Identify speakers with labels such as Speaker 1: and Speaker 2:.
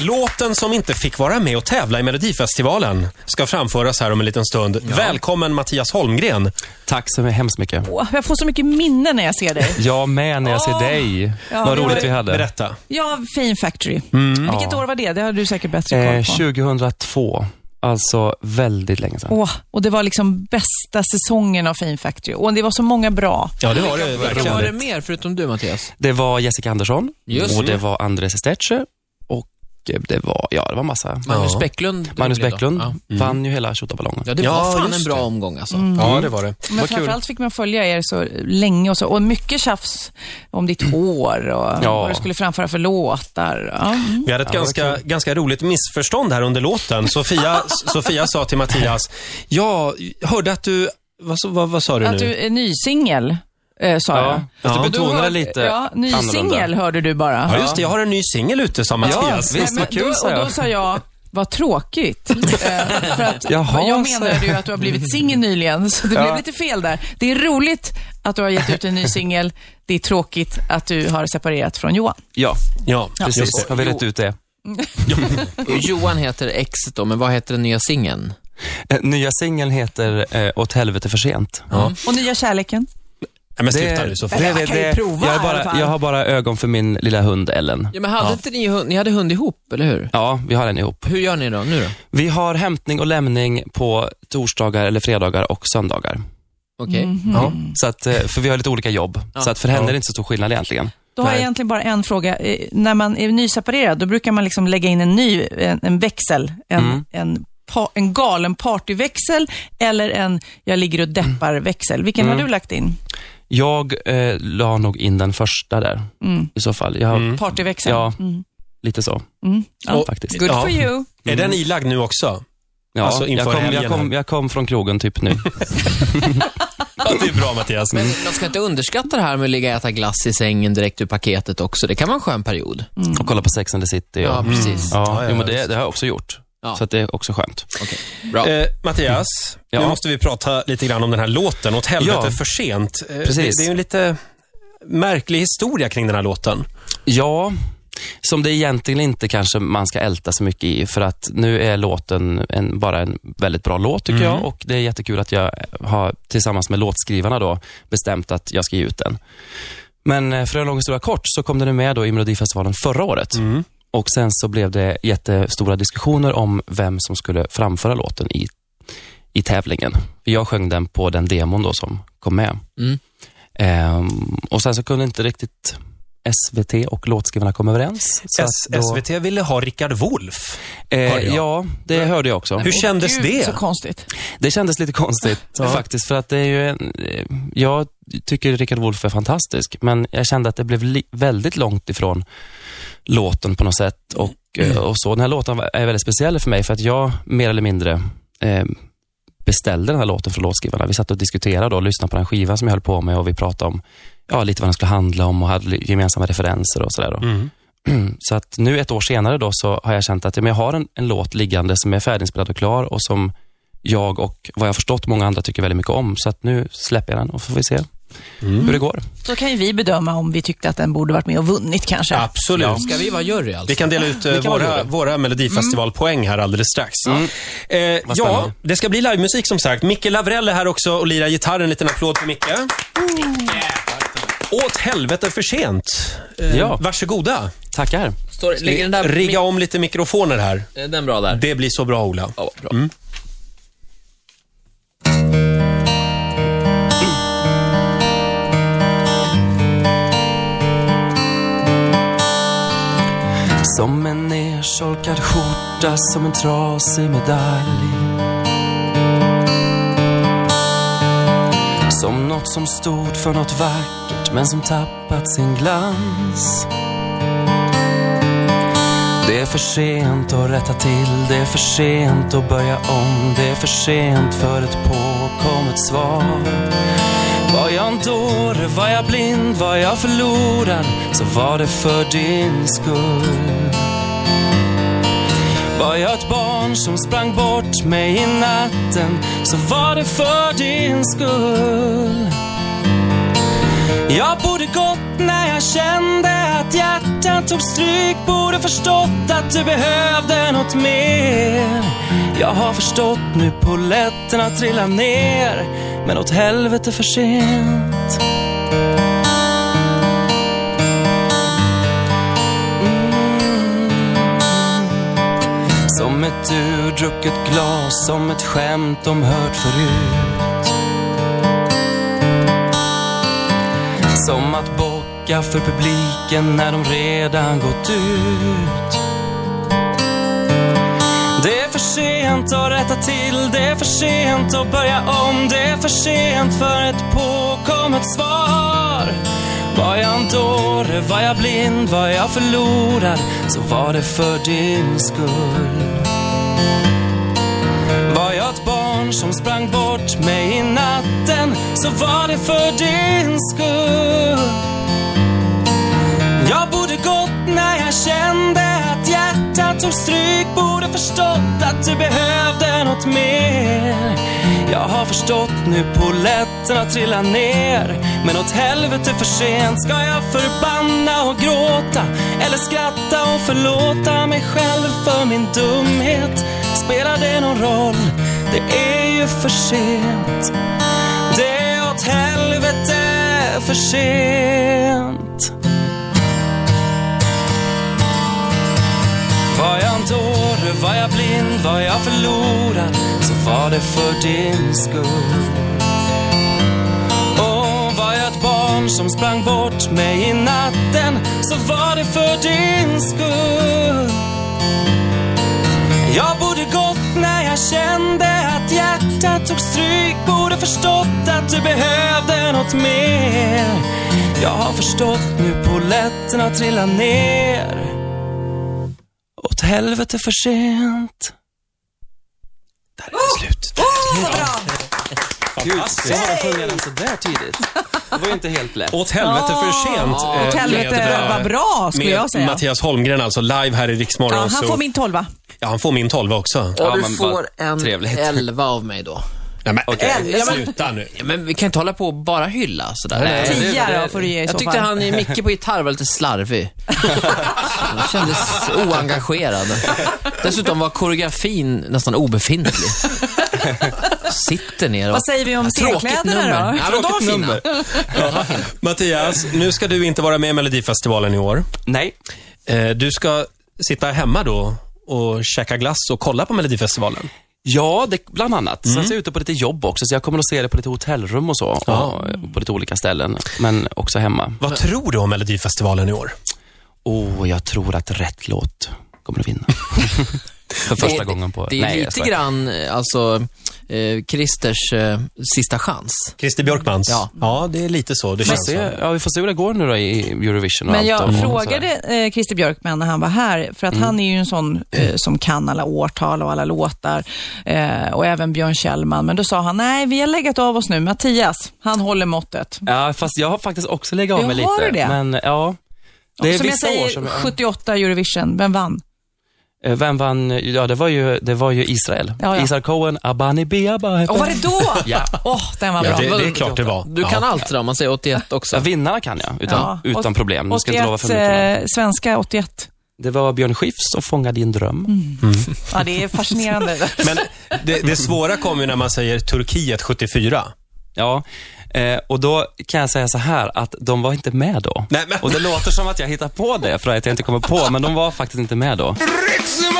Speaker 1: Låten som inte fick vara med och tävla i Melodifestivalen ska framföras här om en liten stund. Välkommen Mattias Holmgren.
Speaker 2: Tack så hemskt mycket.
Speaker 3: Åh, jag får så mycket minnen när jag ser dig.
Speaker 2: Jag med när jag ser
Speaker 3: Åh.
Speaker 2: dig.
Speaker 3: Ja,
Speaker 2: Vad
Speaker 3: det
Speaker 2: roligt
Speaker 3: var-
Speaker 2: vi hade.
Speaker 1: Berätta.
Speaker 3: Ja, Fame Factory. Vilket
Speaker 2: Mm. Ja.
Speaker 3: år var det? Det har du säkert bättre koll
Speaker 2: Eh,
Speaker 3: på.
Speaker 2: 2002. Alltså väldigt länge sedan.
Speaker 3: Åh, och det var liksom bästa säsongen av Fame Factory. Och det var så många bra.
Speaker 1: Ja, det var det
Speaker 4: Vilka var det
Speaker 1: verkligen.
Speaker 4: mer förutom du Mattias?
Speaker 2: Det var Jessica Andersson
Speaker 4: Just
Speaker 2: och det
Speaker 1: det.
Speaker 2: var Andres Estetche och eh, det var, ja det var massa.
Speaker 4: Magnus
Speaker 1: Ja.
Speaker 4: Bäcklund.
Speaker 2: Magnus
Speaker 4: blev då.
Speaker 2: Bäcklund
Speaker 4: Ja.
Speaker 2: vann ju hela tjottaballongen.
Speaker 4: ja, det
Speaker 1: Ja,
Speaker 4: var fan en
Speaker 1: just
Speaker 4: bra
Speaker 1: det.
Speaker 4: omgång alltså.
Speaker 1: Ja, det var det.
Speaker 3: Men
Speaker 2: Vad kul.
Speaker 3: framförallt fick man följa er så länge och så. Och mycket tjafs om ditt hår och
Speaker 2: Mm. Ja.
Speaker 3: vad du skulle framföra för låtar. Ja. Mm.
Speaker 1: Vi hade ett ganska, ganska roligt missförstånd här under låten. Sofia, Sofia sa till Mattias, jag hörde att du, vad, sa- vad, vad sa du
Speaker 3: Att
Speaker 1: nu?
Speaker 3: du är ny singel, eh, sa jag.
Speaker 2: Ja, fast
Speaker 1: Ja.
Speaker 2: du betonade
Speaker 3: hör-
Speaker 2: lite
Speaker 3: Ja, ny
Speaker 2: annorlunda.
Speaker 3: singel hörde du bara.
Speaker 1: Ja, just det. Jag har en ny singel ute, sa Mattias.
Speaker 2: visst,
Speaker 3: men
Speaker 2: vad kul,
Speaker 3: då,
Speaker 2: sa jag.
Speaker 3: Och då sa jag, vad tråkigt. Eh, för att
Speaker 2: Jaha,
Speaker 3: jag
Speaker 2: sa
Speaker 3: menade ju att du har blivit singel nyligen, så det
Speaker 2: Ja.
Speaker 3: blev lite fel där. Det är roligt att du har gett ut en ny singel. Det är tråkigt att du har separerat från Johan.
Speaker 2: Ja,
Speaker 1: Ja,
Speaker 2: precis.
Speaker 1: just det.
Speaker 2: Har vi rätt ut det?
Speaker 4: Och Johan heter exet då, men vad heter den nya singeln?
Speaker 2: Eh, Nya singeln heter eh, Åt helvete för sent.
Speaker 3: Och nya kärleken.
Speaker 1: Nej, men sluta nu, Sofia.
Speaker 3: det- kan ju prova
Speaker 2: jag, är
Speaker 3: i alla
Speaker 2: bara,
Speaker 3: fall.
Speaker 2: jag har bara ögon för min lilla hund Ellen.
Speaker 4: Ja, men hade inte ni hund? Ni hade hund ihop, eller hur?
Speaker 2: Ja, vi har den ihop.
Speaker 4: Hur gör ni då, nu då?
Speaker 2: Vi har hämtning och lämning på torsdagar, eller fredagar och söndagar.
Speaker 4: Mm. Okej.
Speaker 2: Ja. Så att, eh, för vi har lite olika jobb,
Speaker 4: Ja.
Speaker 2: så att för henne är det inte så stor skillnad egentligen.
Speaker 3: Då har jag
Speaker 2: Nej.
Speaker 3: egentligen bara en fråga. Eh, När man är nyseparerad, då brukar man liksom lägga in en ny, en, en växel, en,
Speaker 2: Mm.
Speaker 3: en, pa, en galen partyväxel eller en jag ligger och deppar-växel. Vilken
Speaker 2: Mm.
Speaker 3: har du lagt in?
Speaker 2: Jag eh, la nog in den första där,
Speaker 4: Mm.
Speaker 2: i så fall. Jag,
Speaker 1: Mm.
Speaker 3: Partyväxeln?
Speaker 2: Ja, lite så.
Speaker 3: Mm. Ja.
Speaker 2: Faktiskt.
Speaker 3: Good
Speaker 1: Ja.
Speaker 3: for you.
Speaker 1: Är den ilagd nu också?
Speaker 2: Ja,
Speaker 1: Alltså inför
Speaker 2: jag, kom, jag,
Speaker 1: helgen här.
Speaker 2: kom, jag kom från krogen typ nu.
Speaker 4: Mm.
Speaker 1: Ja, det är bra Mattias.
Speaker 4: Men man ska inte underskatta det här med att ligga och äta glass i sängen direkt ur paketet också. Det kan vara en skön period. Mm.
Speaker 2: och kolla på Sex and the City. Och,
Speaker 4: Ja,
Speaker 2: ja,
Speaker 4: precis.
Speaker 1: Ja, ja,
Speaker 2: jo, men
Speaker 1: ja,
Speaker 2: det,
Speaker 1: visst.
Speaker 2: det har jag också gjort.
Speaker 4: Ja.
Speaker 2: Så att det är också skönt.
Speaker 4: Okej, bra.
Speaker 1: Eh, Mattias, nu
Speaker 2: Ja.
Speaker 1: måste vi prata lite grann om den här låten, Åt helvete
Speaker 2: Ja.
Speaker 1: för sent. Eh,
Speaker 2: Precis.
Speaker 1: Det, det är ju en lite märklig historia kring den här låten.
Speaker 2: Ja, som det egentligen inte kanske man ska älta så mycket i för att nu är låten en, bara en väldigt bra låt tycker jag och det är jättekul att jag har tillsammans med låtskrivarna då bestämt att jag ska ge ut den. Men eh, för en lång historia kort så kom den ju med då i Melodifestivalen förra året. Och sen så blev det jättestora diskussioner om vem som skulle framföra låten i, i tävlingen. Jag sjöng den på den demon då som kom med.
Speaker 4: Mm.
Speaker 2: Ehm, och sen så kunde inte riktigt SVT och låtskrivarna komma överens. Så
Speaker 1: S-
Speaker 2: att då-
Speaker 1: SVT ville ha Rickard Wolff.
Speaker 2: Eh,
Speaker 1: hörde jag.
Speaker 2: ja, det hörde jag också.
Speaker 1: Hur kändes
Speaker 3: Gud,
Speaker 1: det?
Speaker 3: så konstigt.
Speaker 2: Det kändes lite konstigt faktiskt för att det är ju en, eh, jag tycker Rickard Wolff är fantastisk men jag kände att det blev li- väldigt långt ifrån låten på något sätt och, eh, och så. Den här låten var- är väldigt speciell för mig för att jag mer eller mindre eh, beställde den här låten från låtskrivarna. Vi satt och diskuterade och lyssnade på den skivan som jag höll på med och vi pratade om ja, lite vad den skulle handla om och hade li- gemensamma referenser och sådär. då. Så att nu ett år senare då så har jag känt att ja, men jag har en, en låt liggande som är färdiginspelad och klar och som jag och vad jag har förstått många andra tycker väldigt mycket om. Så att nu släpper jag den och får vi se hur det går.
Speaker 3: Då kan ju vi bedöma om vi tyckte att den borde varit med och vunnit kanske.
Speaker 1: Absolut.
Speaker 4: Ska vi vara jury alltså?
Speaker 1: Vi kan dela ut eh,
Speaker 2: kan vi
Speaker 1: våra,
Speaker 2: göra.
Speaker 1: våra Melodifestivalpoäng här alldeles strax. Eh,
Speaker 2: Mm. Vad
Speaker 1: ja,
Speaker 2: spännande.
Speaker 1: det ska bli livemusik som sagt. Micke Lavrell är här också och lirar gitarr. En liten applåd för Micke. Åt helvete för sent. Eh,
Speaker 2: Ja.
Speaker 1: Varsågoda.
Speaker 2: Tackar.
Speaker 4: Står, ligger den där...
Speaker 1: Rigga om lite mikrofoner här.
Speaker 4: Är Den bra där?
Speaker 1: Det blir så bra, Ola.
Speaker 4: Ja, bra.
Speaker 2: Som en nersolkad skjorta, som en trasig medalj. Som något som stod för något vackert men som tappat sin glans. Det är för sent att rätta till, det är för sent att börja om. Det är för sent för ett påkommet svar. Var jag en dåre, var jag blind, var jag förlorad så var det för din skull. Var jag ett barn som sprang bort mig i natten så var det för din skull. Jag borde gått när jag kände att hjärtat tog stryk Borde förstått att du behövde något mer Jag har förstått nu polletten har trillat ner Men åt helvete för sent Mm. Som ett urdrucket glas, som ett skämt de hört förut Som att bocka för publiken när de redan gått ut. Det är för sent att rätta till, det är för sent att börja om, det är för sent för ett påkommet svar. Var jag en dåre, var jag blind, var jag förlorad, så var det för din skull. Var jag ett barn som sprang bort mig i natten så var det för din skull. Jag borde gått när jag kände att hjärtat tog stryk Borde förstått att du behövde något mer Jag har förstått nu polletten har trillat ner Men åt helvete för sent Ska jag förbanna och gråta Eller skratta och förlåta mig själv för min dumhet Spelar det någon roll? Det är ju för sent Det är åt helvete för sent Var jag en dåre, var jag blind, var jag förlorad så var det för din skull. Och var jag ett barn som sprang bort mig i natten så var det för din skull. Jag borde gått när jag kände att hjärtat tog stryk Borde förstått att du behövde något mer Jag har förstått nu polletten har trillat ner åt helvete för sent. Där är det slut. Gud,
Speaker 1: Fantastiskt.
Speaker 2: jag har sjungit den sådär tidigt. Det var ju inte helt lätt.
Speaker 1: Åt helvete för sent.
Speaker 4: Ja,
Speaker 1: eh,
Speaker 3: Åt helvete
Speaker 1: jättebra.
Speaker 3: vad bra, skulle
Speaker 1: Med
Speaker 3: jag säga.
Speaker 1: Mattias Holmgren alltså, live här i Rix
Speaker 3: Ja,
Speaker 1: Morgon
Speaker 3: han
Speaker 1: Zoo.
Speaker 3: får min tolva.
Speaker 1: ja, han får min tolva också.
Speaker 4: Och
Speaker 2: Ja,
Speaker 4: du
Speaker 2: men
Speaker 4: får
Speaker 2: vad
Speaker 4: en
Speaker 2: trevligt.
Speaker 4: elva av mig då.
Speaker 1: Nej, men, eh,
Speaker 4: Eller-
Speaker 1: sluta nu.
Speaker 4: Ja, men vi kan inte hålla på och bara hylla sådär.
Speaker 2: Nej,
Speaker 4: Det-
Speaker 2: det-
Speaker 3: Tia
Speaker 2: det-
Speaker 3: då får du ge i
Speaker 4: Jag
Speaker 3: så
Speaker 4: tyckte
Speaker 3: fall.
Speaker 4: han, i Micke på gitarr, var lite slarvig. Han kändes oengagerad. Dessutom var koreografin nästan obefintlig. Sitter ner och...
Speaker 3: Vad säger vi om
Speaker 4: Tråkigt
Speaker 3: scenkläderna
Speaker 4: nummer.
Speaker 3: då?
Speaker 4: Ja, men de var
Speaker 1: Tråkigt
Speaker 4: fina.
Speaker 1: nummer. Mattias, nu ska du inte vara med i Melodifestivalen i år.
Speaker 2: Nej.
Speaker 1: Eh, Du ska sitta hemma då och käka glass och kolla på Melodifestivalen.
Speaker 2: Ja, det, bland annat. Sen så är jag ute på lite jobb också, så jag kommer att se det på lite hotellrum och så. Och på lite olika ställen, men också hemma.
Speaker 1: Vad tror du om Melodifestivalen i år?
Speaker 2: Oh, jag tror att rätt låt kommer att vinna. För första gången på...
Speaker 4: Det är
Speaker 2: jag
Speaker 4: lite
Speaker 2: skojar.
Speaker 4: grann, eh, alltså, eh, Christers eh, sista chans.
Speaker 1: Christer Björkmans?
Speaker 4: Ja.
Speaker 1: ja, det är lite så. Det
Speaker 2: Vi
Speaker 1: känns
Speaker 2: får,
Speaker 1: så.
Speaker 2: se, ja, vi får se hur det går nu då i Eurovision och
Speaker 3: Men jag
Speaker 2: allt. och- och
Speaker 3: frågade
Speaker 2: sådär.
Speaker 3: eh, Christer Björkman när han var här, för att
Speaker 2: Mm.
Speaker 3: han är ju en sån eh, som kan alla årtal och alla låtar eh, och även Björn Kjellman. Men då sa han, nej vi har legat av oss nu. Mattias, han håller måttet.
Speaker 2: Ja, fast jag har faktiskt också legat av
Speaker 3: Ja,
Speaker 2: mig lite.
Speaker 3: har du det?
Speaker 2: Men ja, det är
Speaker 3: som jag
Speaker 2: vissa
Speaker 3: säger,
Speaker 2: år som...
Speaker 3: 78 Eurovision, vem vann?
Speaker 2: Eh, Vem vann? Ja, det var ju, det var ju Israel.
Speaker 3: Ja, ja.
Speaker 2: Israel Cohen, Abani Beaba hette
Speaker 3: Och var det då?
Speaker 2: Ja.
Speaker 3: Åh, den var
Speaker 1: Ja,
Speaker 3: bra.
Speaker 1: det, det är klart det var.
Speaker 4: Du kan allt det där, om man säger 81
Speaker 2: Ja,
Speaker 4: också.
Speaker 2: vinnarna kan jag, utan,
Speaker 3: Ja.
Speaker 2: utan
Speaker 3: Åt-
Speaker 2: problem. Nu ska jag inte lova för
Speaker 3: 81,
Speaker 2: mycket. men-
Speaker 3: eh, svenska 81.
Speaker 2: Det var Björn Skifs och Fånga din dröm.
Speaker 3: Mm. Ja, det är fascinerande.
Speaker 1: Men det, det svåra kommer ju när man säger Turkiet 74.
Speaker 2: Ja, eh, och då kan jag säga så här att de var inte med då.
Speaker 1: Nej, men-
Speaker 2: Och det låter som att jag hittar på det för att jag inte kommer på, men de var faktiskt inte med då.
Speaker 5: Ritzemorgon!